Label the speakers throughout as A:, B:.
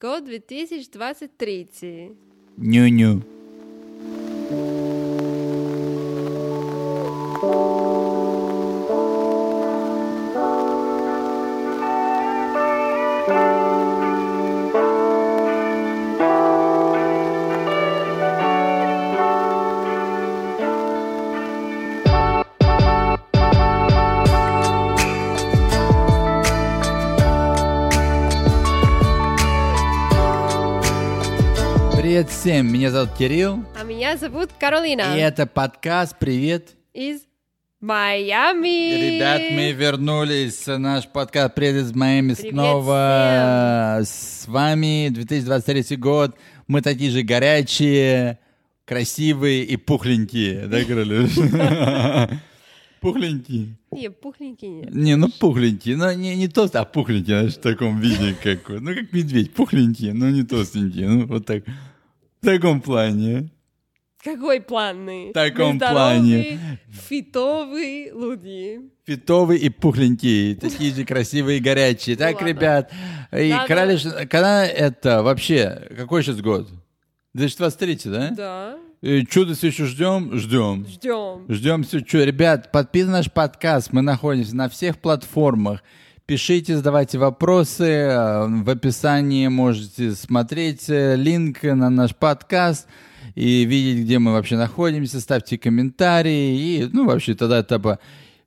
A: Год 2023.
B: Ню-ню. Привет всем, меня зовут Кирилл,
A: А меня зовут
B: и
A: Каролина.
B: это подкаст «Привет».
A: Из Майами.
B: Ребят, мы вернулись, наш подкаст «Привет из Майами»
A: Привет
B: снова с вами, 2023 год. Мы такие же горячие, красивые и пухленькие, да, Каролина? Пухленькие.
A: Не, пухленькие нет.
B: Не, ну пухленькие, но не, не тост, а пухленькие, знаешь, в таком виде, как, вот. ну как медведь, пухленькие, но не толстенькие, ну вот так, в таком плане.
A: Какой планный? В
B: таком плане.
A: Фитовые люди.
B: Фитовые и пухленькие, такие же красивые и горячие. Так,
A: Ну Ладно.
B: ребят, и
A: Надо-
B: Королиш, когда это вообще, какой сейчас год? 2023, да?
A: Да.
B: И чудо все еще ждем? Ждем.
A: Ждем.
B: Ждем все чудо. Ребят, подписывайтесь на наш подкаст, мы находимся на всех платформах. Пишите, задавайте вопросы, э, в описании можете смотреть э, линк на наш подкаст и видеть, где мы вообще находимся, ставьте комментарии и, ну, вообще, тогда типа...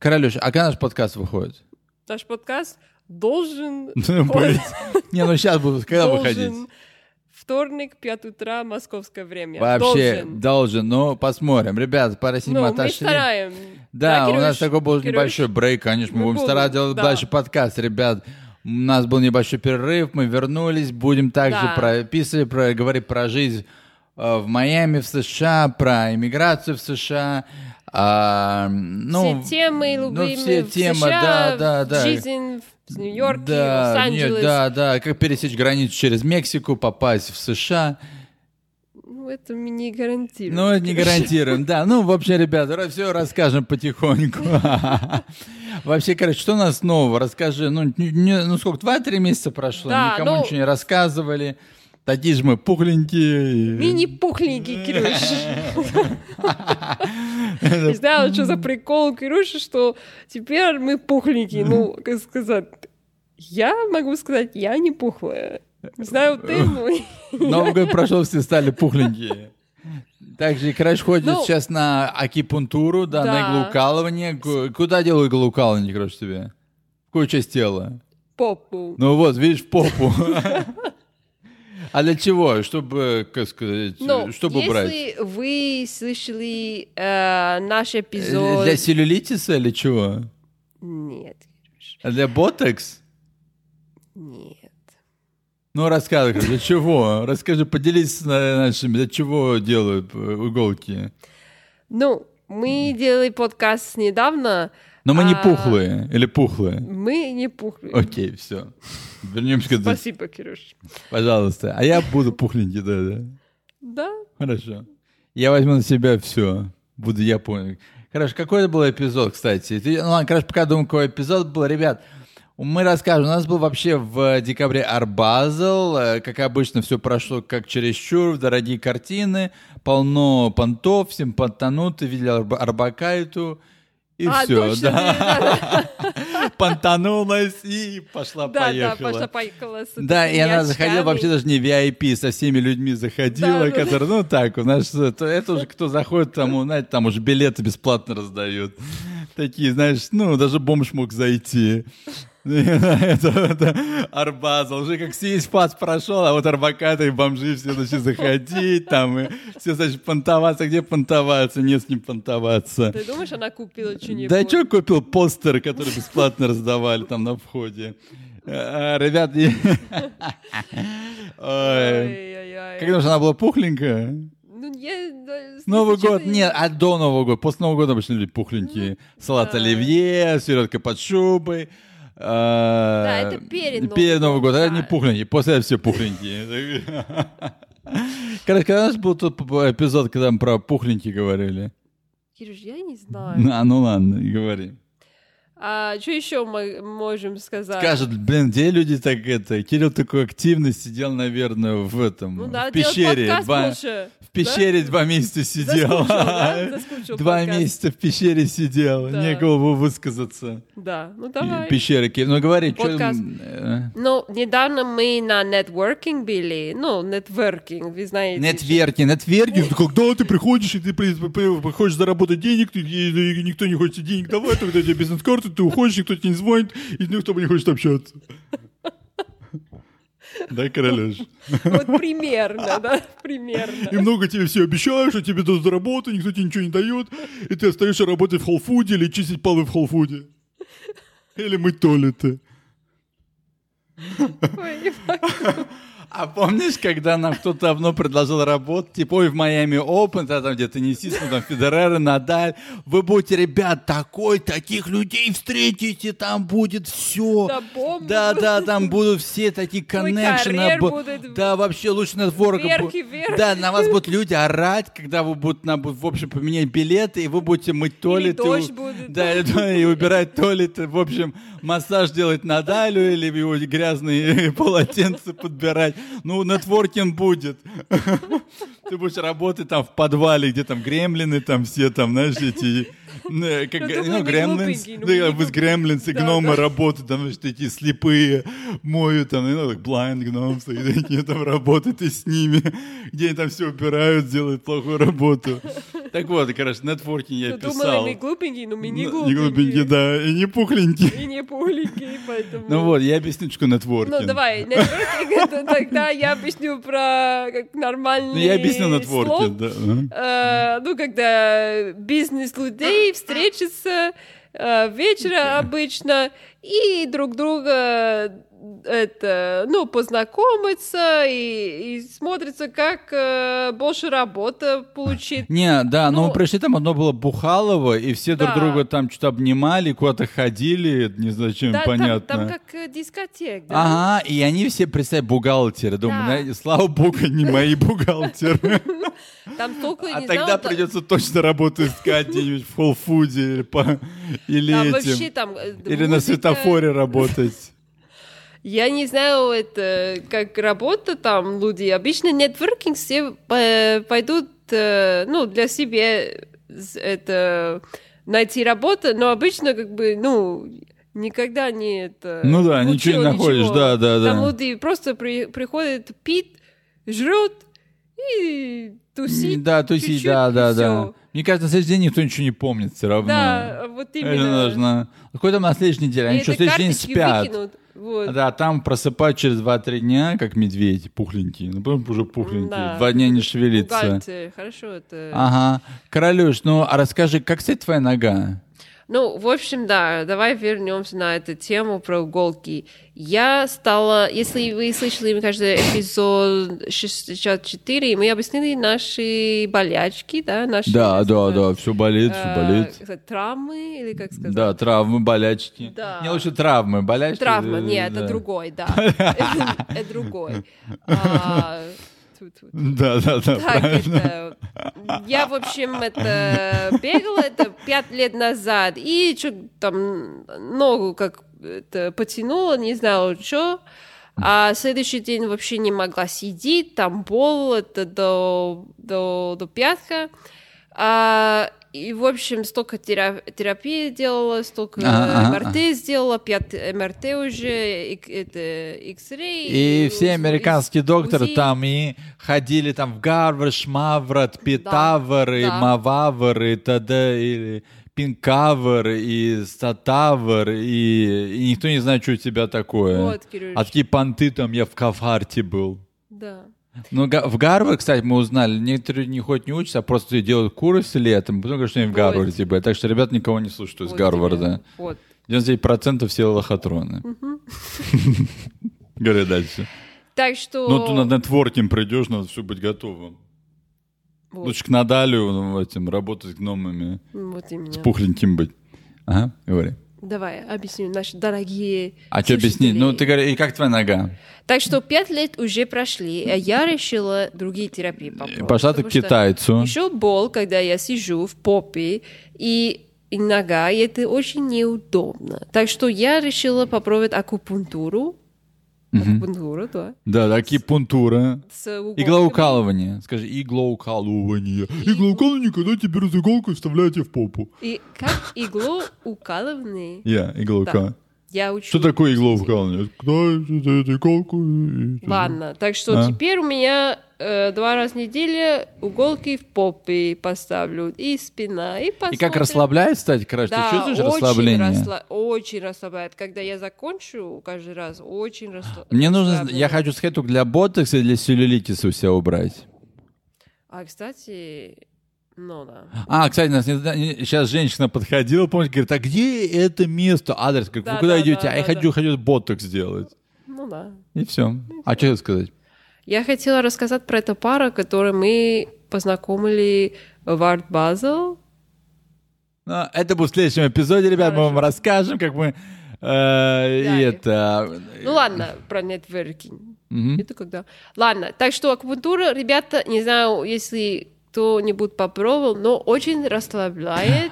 B: Королюш, а когда наш подкаст выходит?
A: Наш подкаст должен
B: Блин. Не, ну сейчас будут, когда выходить?
A: должен вторник, 5 утра, московское время.
B: Вообще,
A: Должен.
B: должен, ну, посмотрим. Ребят, пора
A: Ну,
B: синема отошли.
A: мы стараем.
B: Да, у нас
A: Кирюш?
B: такой был
A: Кирюш?
B: небольшой брейк, конечно, мы
A: Мы
B: будем
A: будем,
B: стараться делать
A: да.
B: дальше подкаст, ребят. У нас был небольшой перерыв, мы вернулись, будем также
A: Да.
B: прописывать, про, говорить про жизнь э, в Майами, в США, про иммиграцию в США. а, ну,
A: все темы, любимые
B: все
A: в
B: темы,
A: США,
B: да, да, да.
A: жизнь в Нью-Йорке,
B: да,
A: Лос-Анджелес.
B: нет, да, да, как пересечь границу через Мексику, попасть в США.
A: Ну, это мы не гарантируем.
B: Ну, это не гарантируем, да. Ну, в общем, ребята, все расскажем потихоньку. Вообще, короче, что у нас нового? Расскажи, ну, не- не- ну сколько, два-три месяца прошло,
A: Да,
B: никому
A: ну-
B: ничего не рассказывали. Такие же мы пухленькие.
A: Мини-пухленький, Кирюш. Не знаю, что за прикол, Кирюша, что теперь мы пухленькие. Ну, как сказать, я могу сказать, я не пухлая. Не знаю, ты, ну, но...
B: Новый год прошел, все стали пухленькие. Также Краш ходит
A: Ну-
B: сейчас на акипунктуру, да, на
A: Да.
B: иглоукалывание. Ку- Куда делаю иглоукалывание, короче, тебе? В какую часть тела?
A: Попу.
B: Ну вот, видишь, в попу. А для чего? Чтобы, как сказать,
A: Ну,
B: чтобы убрать?
A: если вы слышали э, наш эпизод...
B: Для целлюлитиса или чего?
A: Нет, Кирюш,
B: А Для ботекс?
A: нет.
B: Ну, рассказывай, для чего? Расскажи, поделись с на- нашими, для чего делают э, иголки?
A: Ну, мы делали подкаст недавно,
B: Но мы не
A: А.
B: пухлые, или пухлые?
A: мы не пухли.
B: Окей, все. Вернемся к этому,
A: Спасибо, Кирюш.
B: пожалуйста. А я буду пухленький, да-да.
A: Да,
B: Хорошо. Я возьму на себя все. Буду я понял. Хорошо, какой это был эпизод, кстати? Ты- ну ладно, короче, пока думаю, какой эпизод был. Ребят, мы расскажем. У нас был вообще в декабре Арбазл. Э, Как обычно, все прошло как чересчур. Дорогие картины, полно понтов, всем понтануты. Видели Арба- Арбакайту. И
A: А,
B: все,
A: точно,
B: да. Понтанулась и
A: да,
B: пошла-поехала.
A: да, Паша поехала с
B: Да, и
A: этими
B: она заходила
A: очками.
B: вообще даже не VIP, со всеми людьми заходила,
A: Да, да,
B: которые, ну так, у нас это, это уже кто заходит, тому, знаете, там уже билеты бесплатно раздают. Такие, знаешь, ну, даже бомж мог зайти. это, это Арбаза, уже как весь фаз прошел, а вот арбакаты и бомжи все начали заходить, там, и все, значит, понтоваться, где понтоваться, не с ним понтоваться.
A: Ты думаешь, она купила что-нибудь?
B: Да что купил постер, который бесплатно раздавали там на входе? А, Ребят, и- Ой.
A: Ай-яй-яй.
B: когда же она была пухленькая?
A: Ну, я... да,
B: Новый
A: слушай,
B: год,
A: ты-
B: нет, а до Нового года. После Нового года обычно люди пухленькие. Салат
A: Ну да.
B: оливье, селедка под шубой. Да,
A: это перед Новым
B: Перед Новым годом,
A: годом,
B: они
A: да.
B: пухленькие, после этого все пухленькие. Короче, когда у нас был тот эпизод, когда мы про пухленькие говорили?
A: Кирюш, я не знаю.
B: А, ну ладно, говори.
A: А, А что еще мы можем сказать?
B: Скажет, блин, где люди так это? Кирилл такой активно сидел, наверное, в этом,
A: ну
B: в
A: да, делать
B: пещере.
A: подкаст
B: Два,
A: лучше.
B: в пещере два месяца
A: да? Заскучил,
B: сидел.
A: да? Заскучил
B: Два
A: подкаст.
B: месяца в пещере сидел,
A: Да.
B: некого было высказаться.
A: Да, ну
B: Пещеры
A: давай.
B: Пещера Кирилл. Ну говори, э, что...
A: Подкаст. Ну, недавно мы на нетворкинг были, ну, нетворкинг, вы знаете.
B: Нетверки, нетверки. Ты Когда ты приходишь, и ты при- при- при- хочешь заработать денег, ты- и- и никто не хочет тебе денег давать, тогда тебе бизнес-карту, ты уходишь, никто тебе не звонит, и никто не хочет общаться. Да, королёш?
A: Вот примерно, да, примерно.
B: И много тебе все обещают, что тебе дадут работу, никто тебе ничего не дает, и ты остаешься работать в холфуде или чистить полы в холфуде. Или мыть туалеты. Ну,
A: Ой, не могу.
B: А помнишь, когда нам кто-то давно предложил работу, типа, ой, в Майами Open, да, там где-то не там Федерер, Надаль, вы будете, ребят, такой, таких людей встретите, там будет все.
A: Да, бомба
B: Да, да, там будут все такие коннекшены.
A: карьер будет.
B: Да, вообще лучше нетворка.
A: Вверх
B: бу-
A: и вверх.
B: Да, на вас будут люди орать, когда вы будут, нам будут, в общем, поменять билеты, и вы будете мыть туалеты.
A: дождь будет.
B: Да, и, да, и убирать туалеты, в общем, массаж делать на Далю или его грязные полотенца подбирать. Ну, нетворкинг будет. Ты будешь работать там в подвале, где там гремлины, там все там, знаешь, эти... э, Как,
A: Ну, ты
B: ну,
A: не
B: гремлинс,
A: глупенький, ну,
B: да,
A: не
B: вот
A: глупенький.
B: гремлинс и
A: Да, да.
B: гномы работают, там, значит, эти слепые моют, там, ну, так, blind гномс, и такие там работают и с ними, где они там все убирают, делают плохую работу. Так вот, короче, нетворкинг я
A: Ну,
B: писал.
A: Думала, мы глупенькие, но мы не
B: Ну,
A: глупенькие.
B: да, и не пухленькие.
A: И не пухленькие, поэтому...
B: Ну вот, я объясню, что нетворкинг.
A: Ну, давай, нетворкинг, это тогда я объясню про как
B: Ну,
A: нормальный
B: я объясню
A: слог.
B: нетворкинг, да. Мгм.
A: Э, ну, когда бизнес людей встретится э, вечера обычно и друг друга это, ну, познакомиться и, и смотрится, как э, больше работа получит.
B: Не, да, но
A: Ну-
B: мы пришли, там одно было Бухалово, и все друг
A: Да.
B: друга там что-то обнимали, куда-то ходили, не знаю, чем
A: Да, там-
B: понятно.
A: Там, как э, дискотека. да?
B: Ага, и они все, представь, бухгалтеры. Думаю,
A: Да.
B: знаете, слава богу, не мои бухгалтеры.
A: Там только,
B: А
A: не
B: тогда
A: знаю, та-
B: придется точно работу искать где-нибудь в холл-фуде или по- или
A: там вообще
B: этим.
A: там... э,
B: Или на
A: музыка.
B: светофоре работать.
A: Я не знаю, это как работа там люди. Обычно нетворкинг все э, пойдут, э, ну, для себя с- это найти работу, но обычно как бы, ну, никогда не это...
B: Ну да,
A: не
B: ничего не находишь, да, да, да.
A: Там люди просто при- приходят, пить, жрут и тусить.
B: Да, тусить,
A: чуть-чуть,
B: да,
A: и
B: да, да.
A: всё.
B: Мне кажется, на следующий день никто ничего не помнит все равно.
A: Да, вот
B: Это
A: именно.
B: нужно. Какой там на следующий день?
A: И
B: Они что,
A: это
B: на следующий
A: карточки
B: день спят?
A: выкинут, вот.
B: Да, там просыпают через 2-3 дня, как медведи, пухленькие. Ну, потом уже пухленькие.
A: Да.
B: Два дня не шевелится.
A: Бухгалтер, Хорошо, это...
B: Ага. Королюш, ну, а расскажи, как, кстати, твоя нога?
A: Ну, в общем, да, давай вернемся на эту тему про иголки. Я стала, если вы слышали, мне кажется, эпизод 64, мы объяснили наши болячки, да, наши...
B: Да, да,
A: э,
B: да, все болит, все
A: э,
B: болит.
A: как сказать, Травмы, или как сказать?
B: Да, травмы, болячки.
A: Да.
B: Не лучше травмы, болячки.
A: Травма,
B: э,
A: нет, это
B: да.
A: другой, да. Это другой. А, тьфу-тьфу.
B: Да, да, да,
A: Так,
B: правильно.
A: это, я, в общем, это бегала, это пять лет назад, и чё там ногу как это, потянула, не знала, что. А следующий день вообще не могла сидеть, там бол, это до, до, до пятка. А, и, в общем, столько тера- терапии делала, столько
B: Ага, ага,
A: МРТ сделала, 5 МРТ уже, и, это, X-ray.
B: И все
A: УЗ-
B: американские докторы
A: УЗИ.
B: там и ходили там в Гарвард, Шмаврот, Питавр, и
A: да.
B: Мававр, и т.д. или Пинкавр, и Статавр, и, и никто не знает, что у тебя такое.
A: Вот, Кирюш.
B: а такие понты там, я в Кафарте был.
A: Да.
B: Ну, Га- в Гарвард, кстати, мы узнали, некоторые не ходят, не учатся, а просто делают курсы летом, потому что они в
A: Вот.
B: Гарварде были. Так что ребят никого не слушают из
A: Вот
B: Гарварда.
A: тебе. Вот.
B: 99% все лохотроны. Говори дальше.
A: Так что...
B: Ну, ты на нетворкинг придешь, надо все быть готовым.
A: вот,
B: Лучше к Надалю ну, этим работать с гномами,
A: вот именно.
B: пухленьким быть. Ага, говори.
A: Давай, объясню, наши дорогие
B: А что объяснить?
A: слушатели.
B: Ну, ты говори, и как твоя нога?
A: Так что пять лет уже прошли, а я решила другие терапии
B: И
A: попробовать.
B: Пошла ты Э, к
A: потому что
B: китайцу.
A: Еще бол, когда я сижу в попе, и и нога, и это очень неудобно. Так что я решила попробовать акупунктуру. Акупунктуру, да.
B: Да, да, акипунктура.
A: С иголками.
B: Иглоукалывание. Скажи, иглоукалывание. Иглоукалывание, когда тебе раз иголку вставляете в попу.
A: И как игло укалывание.
B: Я, иглоука.
A: Да. Я учу.
B: Что такое иглоукалывание? Когда за эту иголку... и-
A: Ладно, так что
B: А.
A: теперь у меня э, два раза в неделю уголки в попе поставлю. И спина, и посмотрим.
B: И как расслабляет, кстати, короче, ты чувствуешь
A: очень
B: расслабление?
A: расслаб- очень расслабляет. Когда я закончу каждый раз, очень расслабляет.
B: Мне нужно, я хочу схету для ботокса и для целлюлитиса у себя убрать.
A: А, кстати, ну да.
B: А, кстати, нас сейчас женщина подходила, помните, говорит, а где это место, адрес? Говорит, вы
A: Да,
B: куда
A: да,
B: идете?
A: да,
B: а я
A: да,
B: хочу, хочу ботокс сделать.
A: Ну да.
B: И все. А что сказать?
A: Я хотела рассказать про эту пару, которую мы познакомили в Арт Базел.
B: Ну, это будет в следующем эпизоде, ребят, мы
A: Хорошо.
B: вам расскажем, как мы... э, и
A: Далее.
B: это...
A: Ну ладно, про нетворкинг.
B: Мгм.
A: Это когда. Ладно, так что акупунктура, ребята, не знаю, если кто-нибудь попробовал, но очень расслабляет.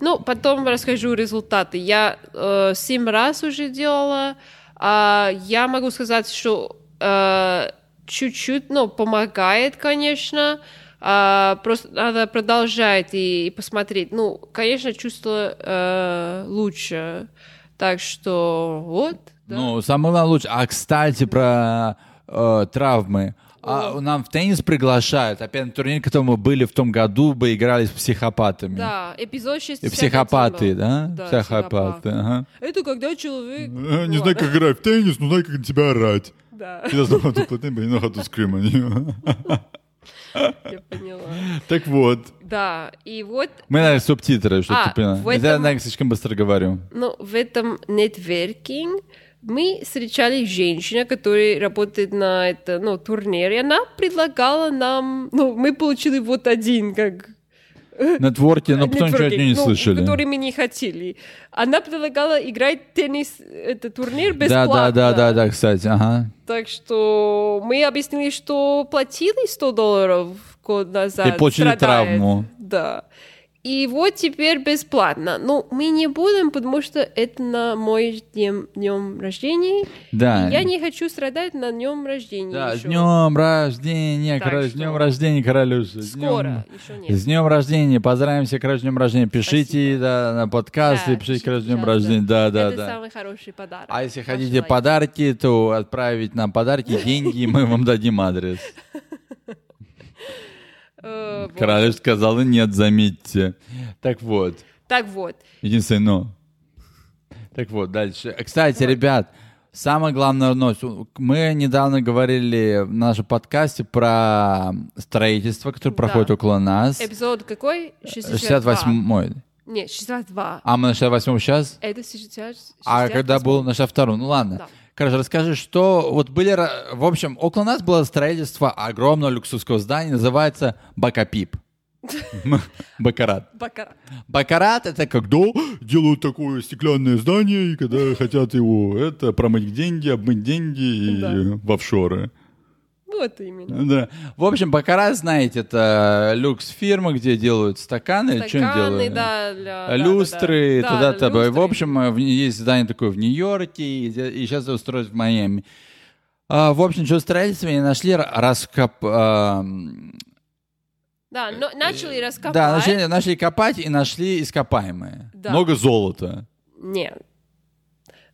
A: Ну, потом расскажу результаты. Я э, семь раз уже делала. А, я могу сказать, что э, чуть-чуть, ну, помогает, конечно. А, просто надо продолжать и, и посмотреть. Ну, конечно, чувство э, лучше. Так что вот. да.
B: Ну, самое главное лучше. А, кстати, про э, травмы. А, нам в теннис приглашают. Опять на турнир, который мы были в том году, бы играли с психопатами.
A: Да, эпизод 60.
B: И психопаты, да?
A: Да,
B: психопаты.
A: психопат.
B: ага.
A: Это когда человек...
B: Э,
A: Ну,
B: Не
A: ладно.
B: знаю, как играть в теннис, но знаю, как на тебя орать.
A: Да,
B: Я знаю, how to play tennis, but you know how to scream at you.
A: я поняла.
B: Так вот.
A: Да, и вот
B: Мы, наверное, субтитры, чтобы
A: А,
B: ты поняла.
A: в
B: Я,
A: этом-
B: наверное, слишком быстро говорю.
A: ну, в этом нетверкинг мы встречали женщину, которая работает на это, ну, турнире, и она предлагала нам... Ну, мы получили вот один, как
B: Нетворки, но потом ничего
A: нетворкинг,
B: от нее не
A: ну,
B: слышали.
A: Который мы не хотели. Она предлагала играть теннис, это турнир
B: Да,
A: бесплатно.
B: да, да, да, да, кстати, ага.
A: Так что мы объяснили, что платили 100 долларов год назад.
B: И получили травму.
A: Да. И вот теперь бесплатно. Ну, мы не будем, потому что это на мой днем, днем рождения.
B: Да.
A: Я не хочу страдать на днем рождения.
B: Да, с
A: ещё.
B: днем рождения,
A: Так
B: король, с
A: что-
B: днем рождения, королюша. с
A: Скоро, еще
B: днём- С
A: нет.
B: днем рождения, поздравимся, короче, с днем рождения. Пишите да, на подкаст и
A: Да,
B: пишите,
A: пишите,
B: короче, с днем
A: пожалуйста.
B: рождения. Да, да,
A: это
B: да.
A: самый хороший подарок.
B: А если
A: Ваш
B: хотите
A: лайк.
B: подарки, то отправить нам подарки, деньги, и мы вам дадим адрес.
A: Э, вот.
B: Королев сказала нет, заметьте. Так вот,
A: Так вот.
B: единственное но. Так вот, дальше. Кстати, ребят, самое главное но. Мы недавно говорили в нашем подкасте про строительство, которое
A: Да.
B: проходит около нас.
A: Эпизод какой? 62.
B: 68-й.
A: Нет, 62.
B: А мы на 68-м сейчас?
A: Это 60,
B: А когда был на втором, ну ладно.
A: Да.
B: Короче, расскажи, что вот были, ра- в общем, около нас было строительство огромного люксовского здания, называется Бакапип. Бакарат.
A: Бакара.
B: Бакарат это когда делают такое стеклянное здание, и когда хотят его это промыть деньги, обмыть деньги и
A: Да.
B: в офшоры.
A: Вот именно.
B: Да. В общем, Бакарат, знаете, это люкс фирма, где делают стаканы, или что
A: Стаканы,
B: делают?
A: да, для- А, да,
B: люстры,
A: да, да.
B: туда
A: Да,
B: тобой. В
A: люстры.
B: общем, э, в- есть здание такое в Нью-Йорке, и, сейчас устроят в Майами. А, в общем, что строительство, они нашли ра- раскоп... а, м,
A: Да, но начали раскопать.
B: э, Да, начали, начали копать и нашли ископаемые.
A: Да.
B: Много золота.
A: Нет.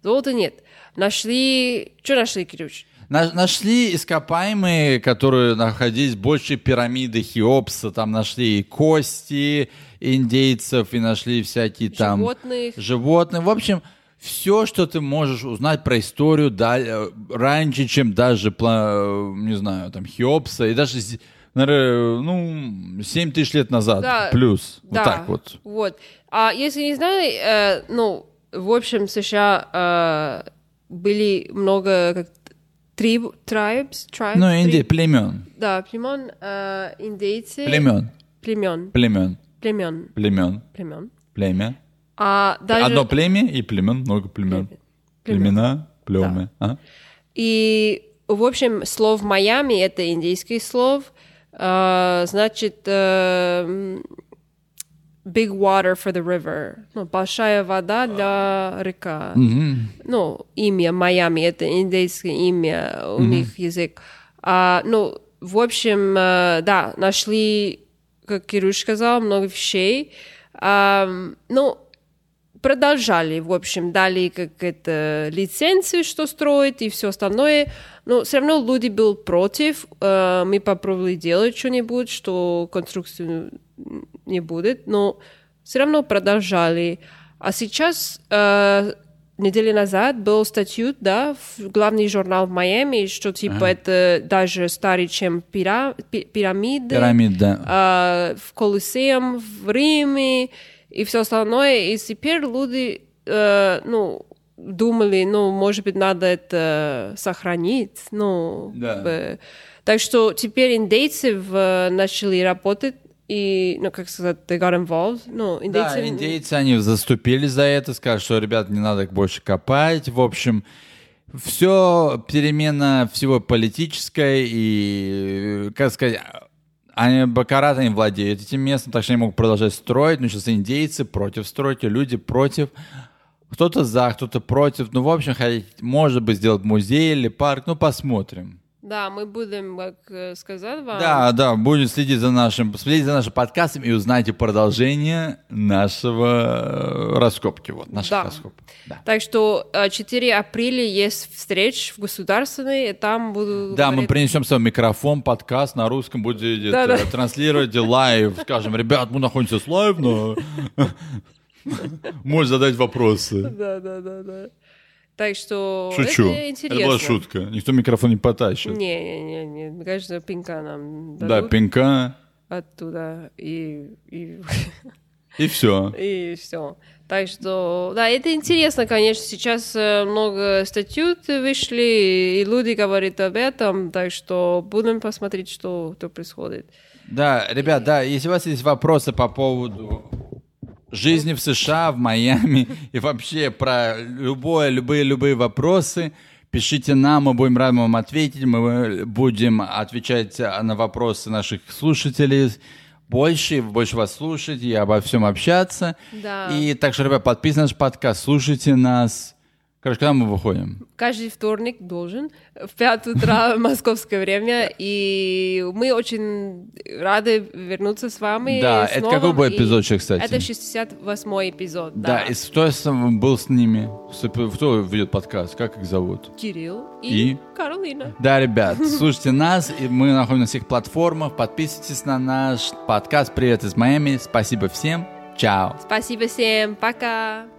A: Золота нет. Нашли... Что нашли, Кирюш?
B: На- нашли ископаемые, которые находились больше пирамиды Хеопса. Там нашли и кости индейцев, и нашли всякие там...
A: Животных.
B: животных. В общем, все, что ты можешь узнать про историю да- э, раньше, чем даже, пла- э, не знаю, там, Хеопса, и даже, зи- наверное, ну, 7 тысяч лет назад
A: Да.
B: плюс.
A: Да,
B: Вот так вот.
A: Вот. А если не знали, э, ну, в общем, в США э, были много как триб, tribes, tribes,
B: Ну,
A: три-
B: инди, племен,
A: да, племен, э, индейцы,
B: племен,
A: племен,
B: племен,
A: племен,
B: племен,
A: племен.
B: племя.
A: А даже
B: Одно племя и племен, много племен. Племена, племя. А?
A: И, в общем, слов Майами это А, индийский слов, э, значит, э, м, big water for the river. Ну, большая вода для река. Ну, имя Майами, это индейское имя, у них язык. А, ну, в общем, э, да, нашли, как Кирюш сказал, много вещей. Ам, ну, продолжали, в общем, дали как это лицензию, что строить и все остальное. Но все равно люди был против. Э, Мы попробовали делать что-нибудь, что конструкцию не будет, но все равно продолжали. А сейчас э, неделю назад был статью, да, в главный журнал в Майами, что типа это даже старее, чем пира- пи- пирамиды
B: Пирамид, да.
A: а, в Колосеум, в Риме и все остальное. И теперь люди, э, ну, думали, ну, может быть, надо это сохранить, ну,
B: Да.
A: как бы. так что теперь индейцы в- начали работать и, ну, как сказать, they got involved, ну, индейцы...
B: Да, индейцы, они заступились за это, сказали, что, ребят, не надо больше копать. В общем, все перемена всего политической и, э, как сказать, а- они, Бакарат, они владеют этим местом, так что они могут продолжать строить, но сейчас индейцы против стройки, люди против. Кто-то за, кто-то против. Ну, в общем, хоть- может быть, сделать музей или парк, ну, посмотрим.
A: Да, мы будем, как э, сказать вам...
B: Да, да, будем следить за нашим, следить за нашим подкастом и узнайте продолжение нашего э, раскопки, вот, наших
A: Да.
B: раскопок. Да.
A: Так что э, 4 апреля есть встреч в государственной, и там буду
B: Да, мы
A: говорить-
B: принесем свой микрофон, подкаст на русском будет
A: Да,
B: э,
A: да.
B: транслировать лайв. Скажем, ребят, мы находимся с лайв, но можешь задать вопросы.
A: Да, да, да, да. Так что
B: Шучу.
A: это
B: Это
A: интересно.
B: была шутка. Никто микрофон не потащит.
A: Не, не, не, не. Мне кажется, пинка нам
B: Да,
A: дадут
B: пинка.
A: оттуда и и,
B: И все.
A: все. Так что, да, это интересно, конечно. Сейчас э, много статью вышли, и люди говорят об этом, так что будем посмотреть, что, что происходит.
B: Да, ребят, да, если у вас есть вопросы по поводу жизни в США, в Майами и вообще про любое, любые, любые вопросы, пишите нам, мы будем рады вам ответить, мы будем отвечать а, на вопросы наших слушателей больше, больше вас слушать и обо всем общаться.
A: Да.
B: И также, ребят, подписывайтесь на наш подкаст, слушайте нас. Короче, когда мы выходим?
A: каждый вторник должен в 5 утра московское время, и мы очень рады вернуться с вами.
B: Да,
A: с
B: это
A: новым,
B: какой был
A: и
B: эпизод, еще, кстати?
A: Это 68 эпизод,
B: Да,
A: да.
B: и кто с- был с ними? Кто ведет подкаст? Как их зовут?
A: Кирилл и,
B: И?
A: Каролина.
B: Да, ребят, слушайте нас, и мы находимся на всех платформах. Подписывайтесь на наш подкаст «Привет из Майами». Спасибо всем. Чао.
A: Спасибо всем, пока!